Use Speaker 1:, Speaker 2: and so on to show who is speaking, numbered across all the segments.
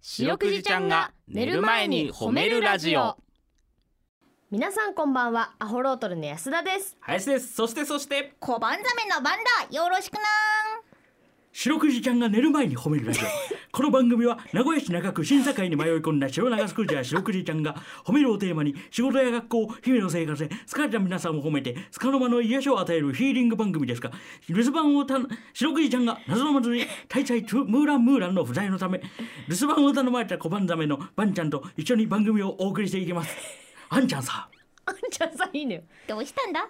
Speaker 1: 白くじちゃんが寝る前に褒めるラジオ
Speaker 2: 皆さんこんばんはアホロートルの安田です
Speaker 1: 林ですそしてそして
Speaker 3: 小判ザメの番だよろしくな
Speaker 4: 白くじちゃんが寝る前に褒める ラジオこの番組は名古屋市中区審査会に迷い込んだ白長スクジャー白くじちゃんが褒めるをテーマに仕事や学校日々の生活で疲れた皆さんを褒めて束の間の癒しを与えるヒーリング番組ですが留守番をた白くじちゃんが謎のまずに大祭トゥムーランムーランの不在のため留守番を頼まれた小判ザメのバンちゃんと一緒に番組をお送りしていき ますあんちゃんさ
Speaker 2: あんちゃんさんいいのよ
Speaker 3: どうしたんだ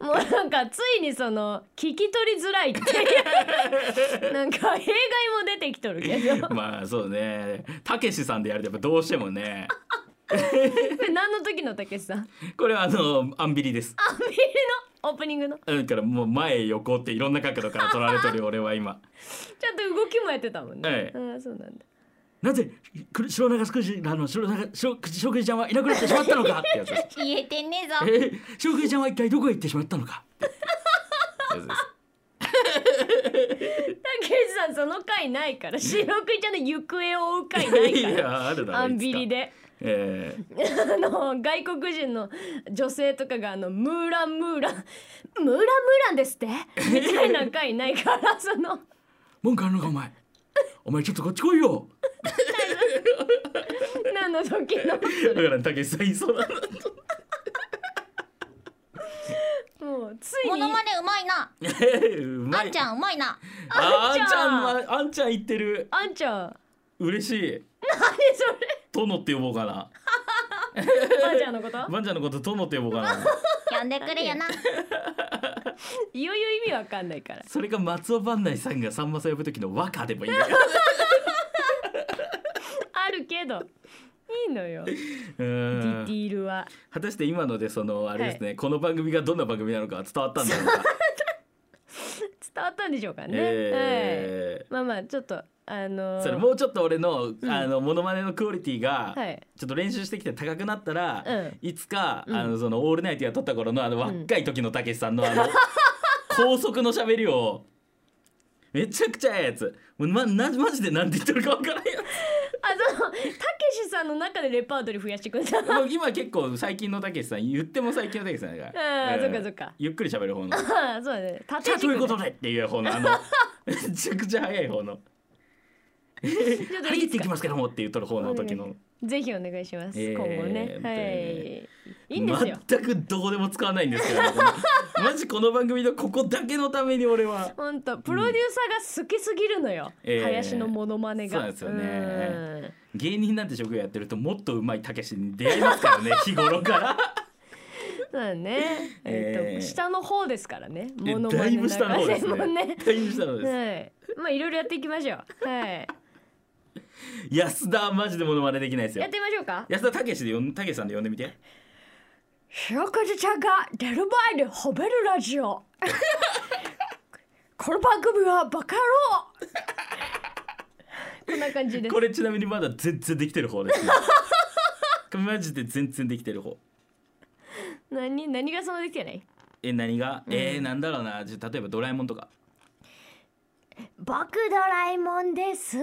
Speaker 2: もうなんかついにその聞き取りづらいって いうなんか弊害も出てきとるけど
Speaker 1: まあそうねたけしさんでやるとやっぱどうしてもね
Speaker 2: 何の時のたけしさん
Speaker 1: これはあのアンビリです
Speaker 2: アンビリのオープニングの
Speaker 1: だからもう前横っていろんな角度から撮られてる俺は今
Speaker 2: ちゃんと動きもやってたもんね、
Speaker 1: はい
Speaker 2: ああそうなんだ
Speaker 4: なぜく白長スクジあの白長白くじ白くじちゃんはいなくなってしまったのかってやつです
Speaker 3: 言えてねえぞ
Speaker 4: えー白くじちゃんは一体どこへ行ってしまったのか
Speaker 1: そうです
Speaker 2: たけしさんその回ないから白くいちゃんの行方を追う回ない
Speaker 1: い
Speaker 2: から
Speaker 1: やあるだろ
Speaker 2: アンビリ
Speaker 1: い
Speaker 2: で
Speaker 1: つかええ
Speaker 2: あの外国人の女性とかがあのムーランムーランムーランムーランですってみたいな回ないからその
Speaker 4: 文句あるのかお前お前ちょっとこっち来いよ
Speaker 2: 何の時 の
Speaker 1: だからたけしさんいそうだな
Speaker 2: もうつい
Speaker 3: モ
Speaker 2: に
Speaker 3: ノマネうまいな
Speaker 1: うま
Speaker 3: あ
Speaker 1: い
Speaker 3: んちゃんうまいな
Speaker 1: あ
Speaker 2: あ
Speaker 1: あ
Speaker 2: ん
Speaker 1: ん
Speaker 2: ち
Speaker 1: ち
Speaker 2: ゃ
Speaker 1: ゃ
Speaker 2: ん
Speaker 1: んはあんちゃん言ってる
Speaker 2: あんちゃん
Speaker 1: 嬉しい
Speaker 2: 何
Speaker 1: 殿って呼ぼうかな
Speaker 2: それあんちゃん のこと
Speaker 1: ばんちゃんのこと殿って呼ぼうかな
Speaker 3: 呼んでくれ よな
Speaker 2: いよいよ意味わかんないから
Speaker 1: それか松尾伴内さんがさんまさん呼ぶ時の和歌でもいいよ
Speaker 2: あるけどいいのよデ
Speaker 1: う
Speaker 2: ィテ
Speaker 1: ん
Speaker 2: ィールは
Speaker 1: 果たして今のでそのあれですね、この番組がどんな番組なのかは伝わったんだろうか、
Speaker 2: 伝わったんでしょう かね、はい
Speaker 1: え
Speaker 2: まあまあちょっとあの
Speaker 1: ー
Speaker 2: ー
Speaker 1: それもうちょっと俺の、あのモノマネのクオリティが、
Speaker 2: はい
Speaker 1: ちょっと練習してきて高くなったら、
Speaker 2: うん
Speaker 1: いつか、
Speaker 2: うん
Speaker 1: あのそのオールナイトやっとった頃のあの若い時のたけしさんのあの、高速の喋りをめちゃくちゃええやつもうまなマジで何て言ってるかわからんや
Speaker 2: あそうたけしさんの中でレパートリー増やしてくれた
Speaker 1: つもう今結構最近のたけしさん言っても最近のたけしさんだから
Speaker 2: あー
Speaker 1: えー
Speaker 2: そっかそっか
Speaker 1: ゆっくり喋る方の
Speaker 2: ああそうだね縦
Speaker 1: じゃあと
Speaker 2: 軸
Speaker 1: いう
Speaker 2: ね
Speaker 1: ことでっていう方のあのめちゃくちゃ早い方の
Speaker 2: ちょっとい
Speaker 1: 入
Speaker 2: い
Speaker 1: っていきますけどもって言うとる方の時
Speaker 2: お願
Speaker 1: の
Speaker 2: ぜひお願いします、
Speaker 1: えー
Speaker 2: 今後ね
Speaker 1: 本当に
Speaker 2: は
Speaker 1: ね
Speaker 2: いいいんですよ、
Speaker 1: 全くどこでも使わないんですけどねこのマジこの番組のここだけのために俺は
Speaker 2: ほんとプロデューサーが好きすぎるのよ、
Speaker 1: えー
Speaker 2: 林のモノマネが
Speaker 1: そうなんですよね
Speaker 2: うん
Speaker 1: 芸人なんて職業やってるともっと上手いたけしに出会いますから ね日頃から
Speaker 2: そうだねえー
Speaker 1: えー
Speaker 2: と下の方ですからねモノ
Speaker 1: だ
Speaker 2: マ
Speaker 1: い
Speaker 2: ネ
Speaker 1: ぶ下の方ですね
Speaker 2: 中でも ね
Speaker 1: だいぶ下の方です、
Speaker 2: はいまあいろいろやっていきましょうはい
Speaker 1: 安田はマジでモノマネできないです
Speaker 2: や
Speaker 1: よ
Speaker 2: ってみましょうか
Speaker 1: 安田たけしで呼んたけしさんで呼んでみて
Speaker 2: 白くじちゃんが出る前に褒めるラジオ この番組はバカ野郎 こんな感じです
Speaker 1: これちなみにまだ全然できてる方 ですねこれマジで全然できてる方
Speaker 2: 何何がそのできてない
Speaker 1: え何が、えー、なんだろうなじゃあ例えばドラえもん とか
Speaker 2: 僕ドラえもんです。
Speaker 1: 腰い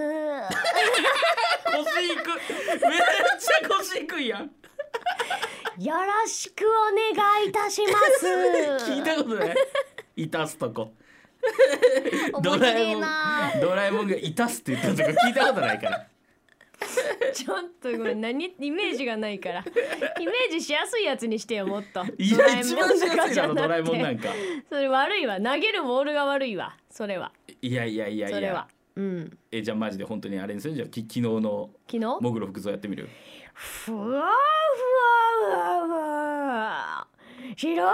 Speaker 1: くめっちゃ腰いくんやん
Speaker 2: よろしくお願いいたします。
Speaker 1: 聞いたことないいたすとこド
Speaker 3: 面
Speaker 1: ラ
Speaker 3: 白
Speaker 1: え
Speaker 3: い
Speaker 1: もん
Speaker 3: な
Speaker 1: ドラえもんがいたすって言ったとこ聞いたことないから
Speaker 2: ちょっとごめん、何イメージがないから。イメージしやすいやつにしてよ、もっと。
Speaker 1: い
Speaker 2: ドラ
Speaker 1: や
Speaker 2: えもん
Speaker 1: 一番しやすいだろ
Speaker 2: とかじゃなくて
Speaker 1: ドラえもんなんか
Speaker 2: それ悪いわ、投げるボールが悪いわ、それは。
Speaker 1: いやいやいや
Speaker 2: そ
Speaker 1: い
Speaker 2: れ
Speaker 1: や
Speaker 2: は。うん、
Speaker 1: えじゃあマジで本当にあれにするんじゃんき昨日の
Speaker 2: 昨日。
Speaker 1: モグロ服装やってみる
Speaker 2: ふわふわふわふわ。白くじさ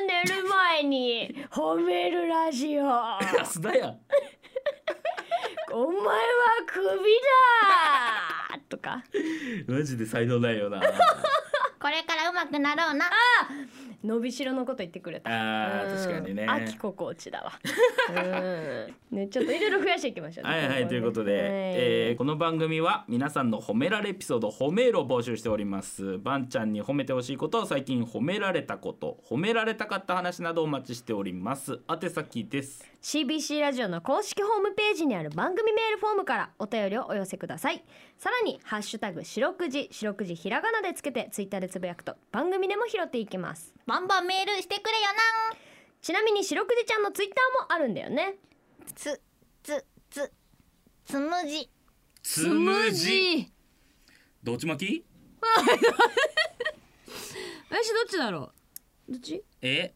Speaker 2: んが寝る前に褒める ラジオ。
Speaker 1: 安田やん
Speaker 2: お前はクビだとか
Speaker 1: マジで才能ないよな
Speaker 3: これから上手くなろうな
Speaker 2: 伸びしろのこと言ってくれた
Speaker 1: あ
Speaker 2: うん
Speaker 1: ー確かにね
Speaker 2: 秋ここ落ちだわうんねちょっといろいろ増やしていきましょうね
Speaker 1: はいはいということで、えーこの番組は皆さんの褒められエピソード褒めるを募集しておりますばんちゃんに褒めてほしいこと最近褒められたこと褒められたかった話などお待ちしております宛先です
Speaker 2: CBC ラジオの公式ホームページにある番組メールフォームからお便りをお寄せくださいさらに「ハッシュタグ白くじ」白くじひらがなでつけてツイッターでつぶやくと番組でも拾っていきます
Speaker 3: バンバンメールしてくれよな
Speaker 2: ちなみに白くじちゃんのツイッターもあるんだよね
Speaker 3: つつつつむじ
Speaker 1: つむじどっち巻き
Speaker 5: 私どっちだろうどっち
Speaker 1: え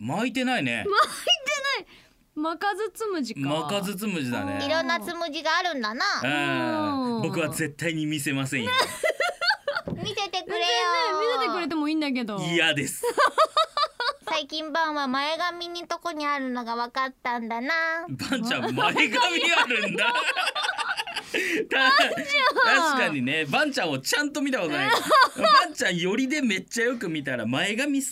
Speaker 1: 巻いてないね
Speaker 5: 巻かずつむじか
Speaker 1: 巻かずつむじだね
Speaker 3: いろんなつむじがあるんだな
Speaker 1: うん
Speaker 5: うん
Speaker 1: 僕は絶対に見せませんよ
Speaker 3: 見せてくれ
Speaker 5: 全然
Speaker 3: よ
Speaker 5: ね見せてくれてもいいんだけど
Speaker 1: 嫌です
Speaker 3: 最近バンは前髪にとこにあるのが分かったんだな
Speaker 1: バンちゃん前髪あるんだ。た確かにねバンちゃんをちゃんと見たことないバンちゃんよりでめっちゃよく見たら前髪少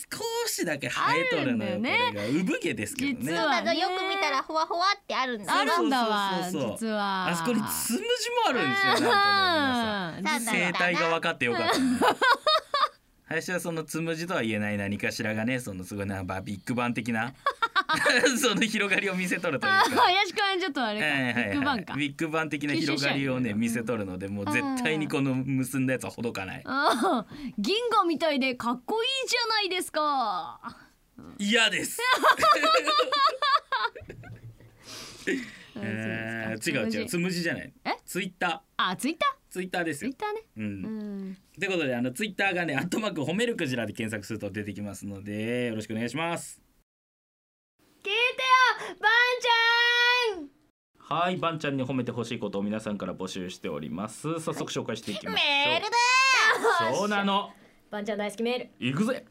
Speaker 1: しだけ生えとるの
Speaker 5: ある
Speaker 1: よ
Speaker 5: んだよね
Speaker 1: これが産毛ですけど
Speaker 5: 実
Speaker 1: ね
Speaker 3: そ
Speaker 5: は
Speaker 3: うだぞ
Speaker 5: ね
Speaker 3: よく見たらふわふわってあるんだ
Speaker 5: あるんだわ
Speaker 1: そうそうそうそう
Speaker 5: 実は
Speaker 1: あそこ につむじもあるんですよなん
Speaker 5: うん
Speaker 1: とね皆
Speaker 3: そ
Speaker 1: さん
Speaker 3: うなんだ
Speaker 1: 生態が分かってよかったね、林はそのつむじとは言えない何かしらがねそのすごいなんかビッグバン的 なその広がりを見せとるという
Speaker 5: あ
Speaker 1: か
Speaker 5: 怪しくはちょっとあれか、
Speaker 1: はいはいは
Speaker 5: ビ
Speaker 1: い
Speaker 5: ッグバンか
Speaker 1: ビッグバン的な広がりをね見せとるのでもう絶対にこの結んだやつはほどかない
Speaker 5: あー銀河みたいでかっこいいじゃないですか
Speaker 1: 嫌です、えー、違う違うつむじじゃない
Speaker 5: え
Speaker 1: ツイッター
Speaker 5: あツイッター
Speaker 1: ツイッターです
Speaker 5: ツイ
Speaker 1: よ
Speaker 5: ッ、ターね
Speaker 1: う、
Speaker 5: うんん
Speaker 1: ということであのツイッターがね「アットマーク褒めるクジラ」で検索すると出てきますのでよろしくお願いします
Speaker 2: 聞いてよばんちゃん
Speaker 1: はいバンちゃんに褒めてほしいことを皆さんから募集しております早速紹介していきまし
Speaker 3: メールだ
Speaker 1: ょうそうなの
Speaker 2: ばんちゃん大好きメール
Speaker 1: いくぜ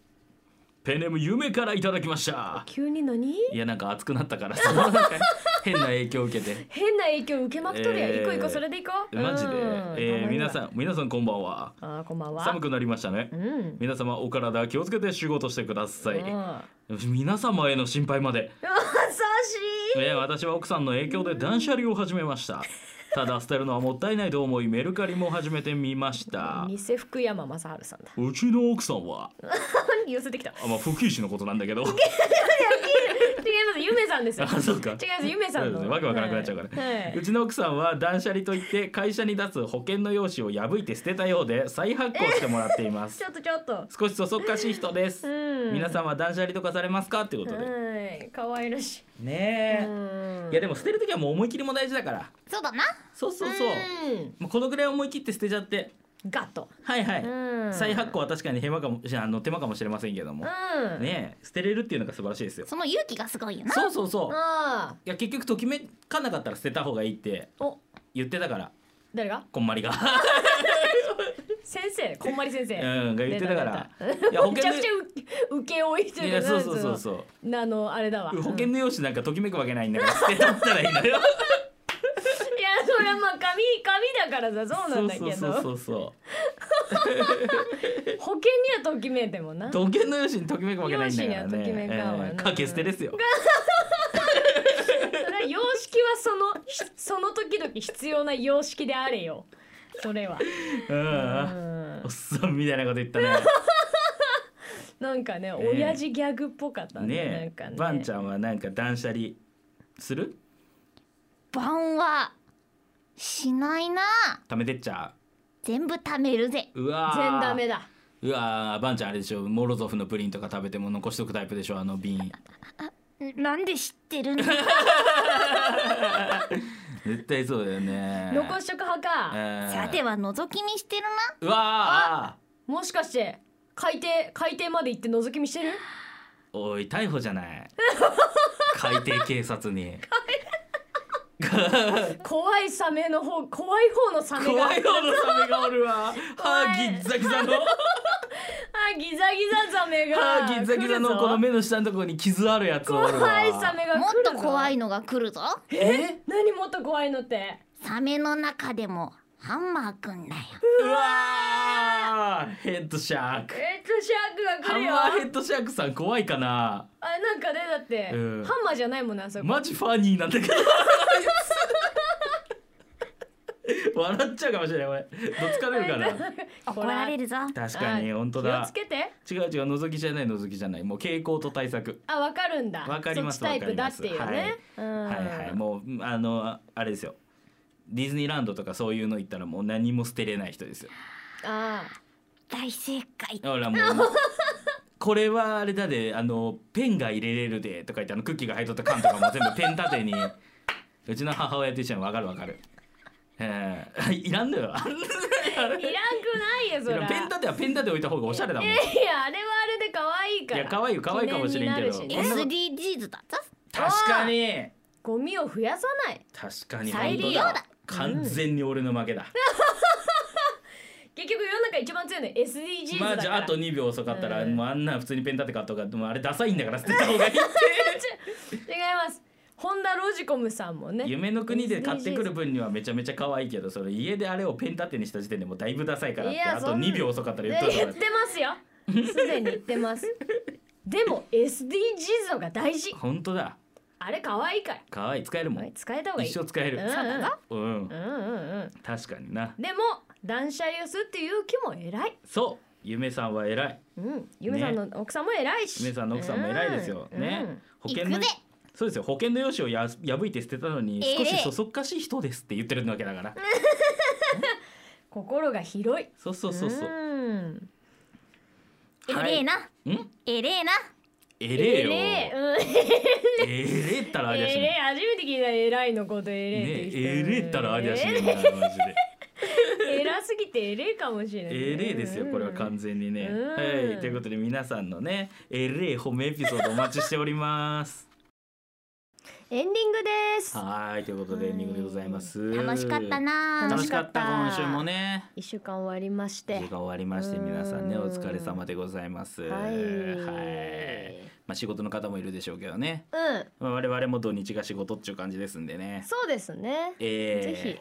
Speaker 1: ペンネーム夢からいただきました
Speaker 2: 急に何
Speaker 1: いやなんか熱くなったからそのなんか変な影響を受けて
Speaker 2: 変な影響受けまくっとるやん、
Speaker 1: えー
Speaker 2: 一個一個それでいこう
Speaker 1: マジで、えー、皆
Speaker 2: ん
Speaker 1: さん皆さんこんばんは
Speaker 2: あーこんばんは
Speaker 1: 寒くなりましたね
Speaker 2: うん
Speaker 1: 皆様お体気をつけて仕事してください
Speaker 2: うん
Speaker 1: 皆様への心配まで
Speaker 2: 優しい
Speaker 1: えー私は奥さんの影響で断捨離を始めましたただ捨てるのはもったいないと思いメルカリも始めてみました
Speaker 2: 偽福山雅治さんだ
Speaker 1: うちの奥さんは
Speaker 2: 寄せて きた違い
Speaker 1: あまあ不謹慎のことなんだけ ど
Speaker 2: ますゆめさんですよ
Speaker 1: あそうか
Speaker 2: 違いますゆめさん
Speaker 1: そうで
Speaker 2: の
Speaker 1: すねわけわからなくなっちゃうから
Speaker 2: はいは
Speaker 1: う
Speaker 2: い
Speaker 1: ちの奥さんは断捨離といって会社に出す保険の用紙を破いて捨てたようで再発行してもらっています
Speaker 2: ちょっとちょっと
Speaker 1: 少しそそっかしい人です
Speaker 2: うん
Speaker 1: 皆さんは断捨離とかされますかってことで
Speaker 2: はい可愛らしい
Speaker 1: ね
Speaker 2: う
Speaker 1: え
Speaker 2: ん
Speaker 1: いやでも捨てる時はもう思い切りも大事だから
Speaker 3: そうだな
Speaker 1: そうそうそう
Speaker 2: うん
Speaker 1: もうこのぐらい思い切って捨てちゃって
Speaker 2: ガッと
Speaker 1: はいは
Speaker 2: うん
Speaker 1: い再発行は確かに手間かもしあの手間かもしれませんけども
Speaker 2: うん
Speaker 1: ねえ捨てれるっていうのが素晴らしいですよ
Speaker 3: その勇気がすごいよな
Speaker 1: そうそうそう
Speaker 2: あ
Speaker 1: いや結局ときめかなかったら捨てた方がいいって
Speaker 2: ーお
Speaker 1: 言ってたから
Speaker 2: 誰が
Speaker 1: こん まりが。
Speaker 2: 先生こんまり先生
Speaker 1: うんが言ってたから
Speaker 2: 出た出
Speaker 1: いや
Speaker 2: た
Speaker 1: 保
Speaker 2: めち
Speaker 1: 険
Speaker 2: ゃ
Speaker 1: で
Speaker 2: くちゃう受け負いと
Speaker 1: い
Speaker 2: いう
Speaker 1: や
Speaker 2: か
Speaker 1: そうそうそう
Speaker 2: う
Speaker 1: そう
Speaker 2: あのあれだわ
Speaker 1: 保険の用紙なんかときめくわけないんだから捨てたったらいい のよ
Speaker 2: いやそれはまあ紙紙だからさそうなんだけ
Speaker 1: そ
Speaker 2: ど
Speaker 1: うそうそうそ
Speaker 2: 保険にはときめいてもな
Speaker 1: う保険の用紙にときめくわけないんだから
Speaker 2: 用紙にはとき
Speaker 1: ね
Speaker 2: めかんわな
Speaker 1: えーかけ捨てですよ
Speaker 2: それは様式はそのひその時々必要な様式であれよそれは
Speaker 1: うん
Speaker 2: うん
Speaker 1: おっさんみたいなこと言 ったね
Speaker 2: なんかね、親父ギャグっぽかったねなん
Speaker 1: ね
Speaker 2: か
Speaker 1: え
Speaker 2: ね
Speaker 1: ばんちゃんはなんか断捨離する
Speaker 3: 晩はしないな
Speaker 1: 貯めてっちゃ
Speaker 3: 全部貯めるぜ
Speaker 1: ううわー
Speaker 2: 全ダメだ
Speaker 1: うわーばんちゃんあれでしょモロゾフのプリンとか食べても残しとくタイプでしょあの 瓶
Speaker 3: なんで知ってるの
Speaker 1: 絶対そうだよね
Speaker 2: 残しとく派
Speaker 1: え
Speaker 2: か
Speaker 1: ー
Speaker 3: さては覗き見してるな
Speaker 1: うわー
Speaker 2: もしかして海底海底まで行って覗き見してる
Speaker 1: おい逮捕じゃない 海底警察に
Speaker 2: 怖いサメの方怖い方のサメが
Speaker 1: 怖いほどサメがおるわ
Speaker 2: 怖い
Speaker 1: 歯ギッザギザの
Speaker 2: あギザギザザメが
Speaker 1: 歯ギッザギザのこの目の下のところに傷あるやつおるわ
Speaker 2: 怖いサメが来る
Speaker 3: もっと怖
Speaker 2: い
Speaker 3: いのが来るぞ
Speaker 2: え何もっと怖いのって
Speaker 3: サメの中でもハンマーくんだよ
Speaker 1: うわーヘッドシャーク
Speaker 2: えっとシャークが
Speaker 1: ハ
Speaker 2: 来る
Speaker 1: ン
Speaker 2: よ
Speaker 1: マーヘッドシャークさん怖いかな
Speaker 2: あなんかねだって、
Speaker 1: うん
Speaker 2: ハンマーじゃないもんなあそこ、
Speaker 1: マジファニーなんだけど。笑っちゃうかもしれないこれどつかれるか な
Speaker 3: 怒られるぞ
Speaker 1: 確かに
Speaker 2: あ
Speaker 1: 本当だ
Speaker 2: 気をつけて
Speaker 1: 違う違う覗きじゃない覗きじゃないもう傾向と対策
Speaker 2: あわかるんだ
Speaker 1: わかります
Speaker 2: そっちタイプだっていうね、
Speaker 1: わかり
Speaker 2: う
Speaker 1: は
Speaker 2: ん
Speaker 1: いはいもうあのあれですよディズニーランドとかそういうの行ったらもう何も捨てれない人ですよ
Speaker 2: あ
Speaker 3: 大正解
Speaker 1: ほらもうこれはあれだであのペンが入れれるでとか言ってあのクッキーが入っとった缶とかも全部ペン立てにうちの母親と一緒にわかるわかる、えー、いらんのよ
Speaker 2: あいらんくないよそ
Speaker 1: ペ
Speaker 2: れ
Speaker 1: ン立てはペン立て置いた方がおしゃれだもん、
Speaker 2: いやあれはあれで可愛い
Speaker 1: い
Speaker 2: から
Speaker 1: や可愛いよ可愛いかもしれんけど
Speaker 2: 記念になるしね
Speaker 3: SDGs だぞ
Speaker 1: 確かに
Speaker 2: ゴミを増やさない
Speaker 1: 確かに
Speaker 2: 再利
Speaker 1: 本
Speaker 2: 用
Speaker 1: 当
Speaker 2: だ
Speaker 1: だ完全に俺の負けだ、
Speaker 2: 結局世の中一番強いのは SDGs
Speaker 1: まあ
Speaker 2: だ
Speaker 1: じ
Speaker 2: か
Speaker 1: ゃあ
Speaker 2: ら、
Speaker 1: あと2秒遅かったら、
Speaker 2: うん
Speaker 1: もうあんな普通にペン立て買うとかでもあれダサいんだから捨てた方がいいって
Speaker 2: 違いますホンダロジコムさんもね
Speaker 1: 夢の国で買ってくる分にはめちゃめちゃ可愛いけどそれ家であれをペン立てにした時点でもうだいぶダサいからっ
Speaker 2: い
Speaker 1: て
Speaker 2: や
Speaker 1: あ
Speaker 2: そ
Speaker 1: と
Speaker 2: んな
Speaker 1: 2秒遅かったら
Speaker 2: い
Speaker 1: 言っ
Speaker 2: や
Speaker 1: とるか
Speaker 2: 言
Speaker 1: ら
Speaker 2: ってますよすでに言ってますでも SDGs の方が大事
Speaker 1: 本当だ
Speaker 2: あれ可愛いから
Speaker 1: 可愛い使えるもん
Speaker 2: 使えた方がいい
Speaker 1: 一生使える
Speaker 2: うんそうだな
Speaker 1: うん、
Speaker 2: うんうんうん
Speaker 1: 確かにな
Speaker 2: でも断捨離をするっていう気も偉い
Speaker 1: そう夢さんは偉い
Speaker 2: うんゆめさんの奥さんも偉いし、
Speaker 1: 夢さんの奥さんも偉いですよ、
Speaker 2: うん
Speaker 1: ね
Speaker 2: うん
Speaker 1: 保険の
Speaker 3: 行くぜ
Speaker 1: そうですよ保険の用紙をや破いて捨てたのに
Speaker 3: ええ
Speaker 1: 少しそそっかしい人ですって言ってるわけだから、
Speaker 2: 心が広い
Speaker 1: そうそうそうそう、
Speaker 2: うん
Speaker 1: は
Speaker 3: エ
Speaker 1: い
Speaker 3: レーナ
Speaker 1: ん
Speaker 3: エレーナ
Speaker 1: えれえよ
Speaker 2: ええうん
Speaker 1: えれったらありゃし
Speaker 2: え
Speaker 1: ね
Speaker 2: れ初めて聞いた偉いのことえ
Speaker 1: え
Speaker 2: れっていう人
Speaker 1: ねえれったらありゃしねえなマジで
Speaker 2: え偉すぎてえれかもしれない
Speaker 1: えれですよこれは完全にね
Speaker 2: うん
Speaker 1: はいということで皆さんのねえれ褒めエピソードお待ちしております
Speaker 2: エンディングです
Speaker 1: はーいということでエンディングでございます
Speaker 3: 楽しかったな
Speaker 1: 楽しかった
Speaker 2: 楽
Speaker 1: 今
Speaker 2: しかった
Speaker 1: 週もね
Speaker 2: 一週間終わりまし
Speaker 1: 時
Speaker 2: て
Speaker 1: 間終わりまして皆さんね
Speaker 2: うん
Speaker 1: お疲れ様でございます
Speaker 2: はい
Speaker 1: はいまあ仕事の方もいるでしょうけどね
Speaker 2: うん
Speaker 1: まあ我々も土日が仕事っていう感じですんでね
Speaker 2: そうですね、
Speaker 1: えー
Speaker 2: ぜひ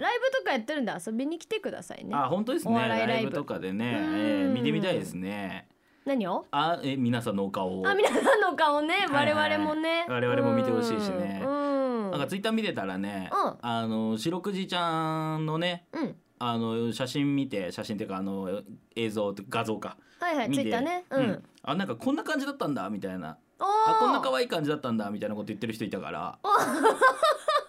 Speaker 2: ライブとかやってるんで遊びに来てくださいね
Speaker 1: あ本当です
Speaker 2: お
Speaker 1: ね
Speaker 2: 笑いラ
Speaker 1: ラ
Speaker 2: イ
Speaker 1: イ
Speaker 2: ブ
Speaker 1: ブとかでね
Speaker 2: うん
Speaker 1: えー見てみたいですね
Speaker 2: 何を
Speaker 1: あえ皆さんのお顔を
Speaker 2: あ皆さんの顔ね
Speaker 1: はいはい
Speaker 2: 我々もね、
Speaker 1: 我々も見てほしいしね
Speaker 2: うん
Speaker 1: なんかツイッター見てたらね、
Speaker 2: うん
Speaker 1: あの白くじちゃんのね
Speaker 2: うん
Speaker 1: あの写真見て写真っていうかあの映像って画像か、
Speaker 2: はいはい
Speaker 1: 見
Speaker 2: ツ
Speaker 1: て
Speaker 2: イッターねうん、
Speaker 1: あなんかこんな感じだったんだみたいな
Speaker 2: お
Speaker 1: あこんな
Speaker 2: ー
Speaker 1: 可愛い感じだったんだみたいなこと言ってる人いた から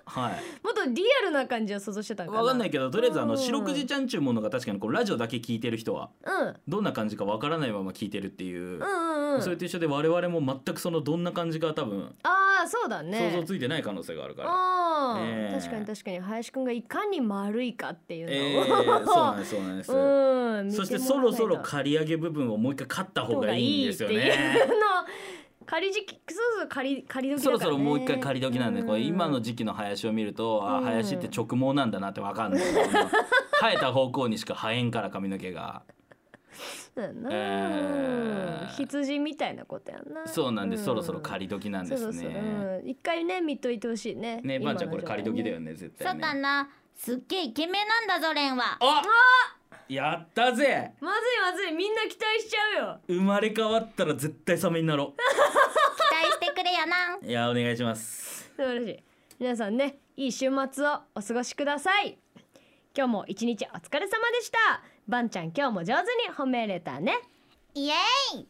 Speaker 1: はい
Speaker 2: もっとリアルな感じを想像してたんかな
Speaker 1: 分かんないけどとりあえずあ
Speaker 2: う
Speaker 1: の
Speaker 2: ん
Speaker 1: 白くじちゃんちゅうものが確かにこうラジオだけ聞いてる人は
Speaker 2: うん
Speaker 1: どんな感じかわからないまま聞いてるっていう、
Speaker 2: うんうんうん
Speaker 1: それと一緒で我々も全くそのどんな感じか多分
Speaker 2: ああそうだね
Speaker 1: 想像ついてない可能性があるから。
Speaker 2: あー
Speaker 1: ねえ
Speaker 2: 確かに確かに林くんがいかに丸いかっていうのを、
Speaker 1: えー、そうなんですそうなんです、
Speaker 2: うん見て
Speaker 1: そして
Speaker 2: も
Speaker 1: そ
Speaker 2: らわ
Speaker 1: ろ
Speaker 2: ないと
Speaker 1: そろ刈り上げ部分をもう一回刈った方がいいんですよ
Speaker 2: 方がいいっていう
Speaker 1: ね。
Speaker 2: の仮時期そろそろ仮仮時だ
Speaker 1: そ
Speaker 2: から、
Speaker 1: ろ
Speaker 2: ね、
Speaker 1: そろもう一回刈り時なんで、これ今の
Speaker 2: 時
Speaker 1: 時期の林を見ると、あ
Speaker 2: うん
Speaker 1: 林って直毛なんだなってわかんない。 生えた方向にしか生えんから髪の毛が。えー
Speaker 2: 羊みたいなことやな
Speaker 1: そうなんで、そろそろ刈り
Speaker 2: り
Speaker 1: 時なんです
Speaker 2: そうそうそう
Speaker 1: ね。
Speaker 2: うん一回ね見といてほしいね
Speaker 1: ね、ばんちゃんこれ刈り時だよ
Speaker 2: ね
Speaker 1: ね、絶
Speaker 3: そ
Speaker 1: 対
Speaker 3: うだ
Speaker 1: ね。
Speaker 3: なすっげえイケメンなんだぞレンは
Speaker 1: あ、やったぜ。
Speaker 2: まずいまずいみんな期待しちゃうよ
Speaker 1: 生まれ変わったら絶対サメになろ
Speaker 3: 期待してくれや な
Speaker 1: う。いや、お願いします。
Speaker 2: 素晴らしい皆さんねいい週末をお過ごしください今日も一日お疲れ様でしたばんちゃん今日も上手に褒めれたね
Speaker 3: イエーイ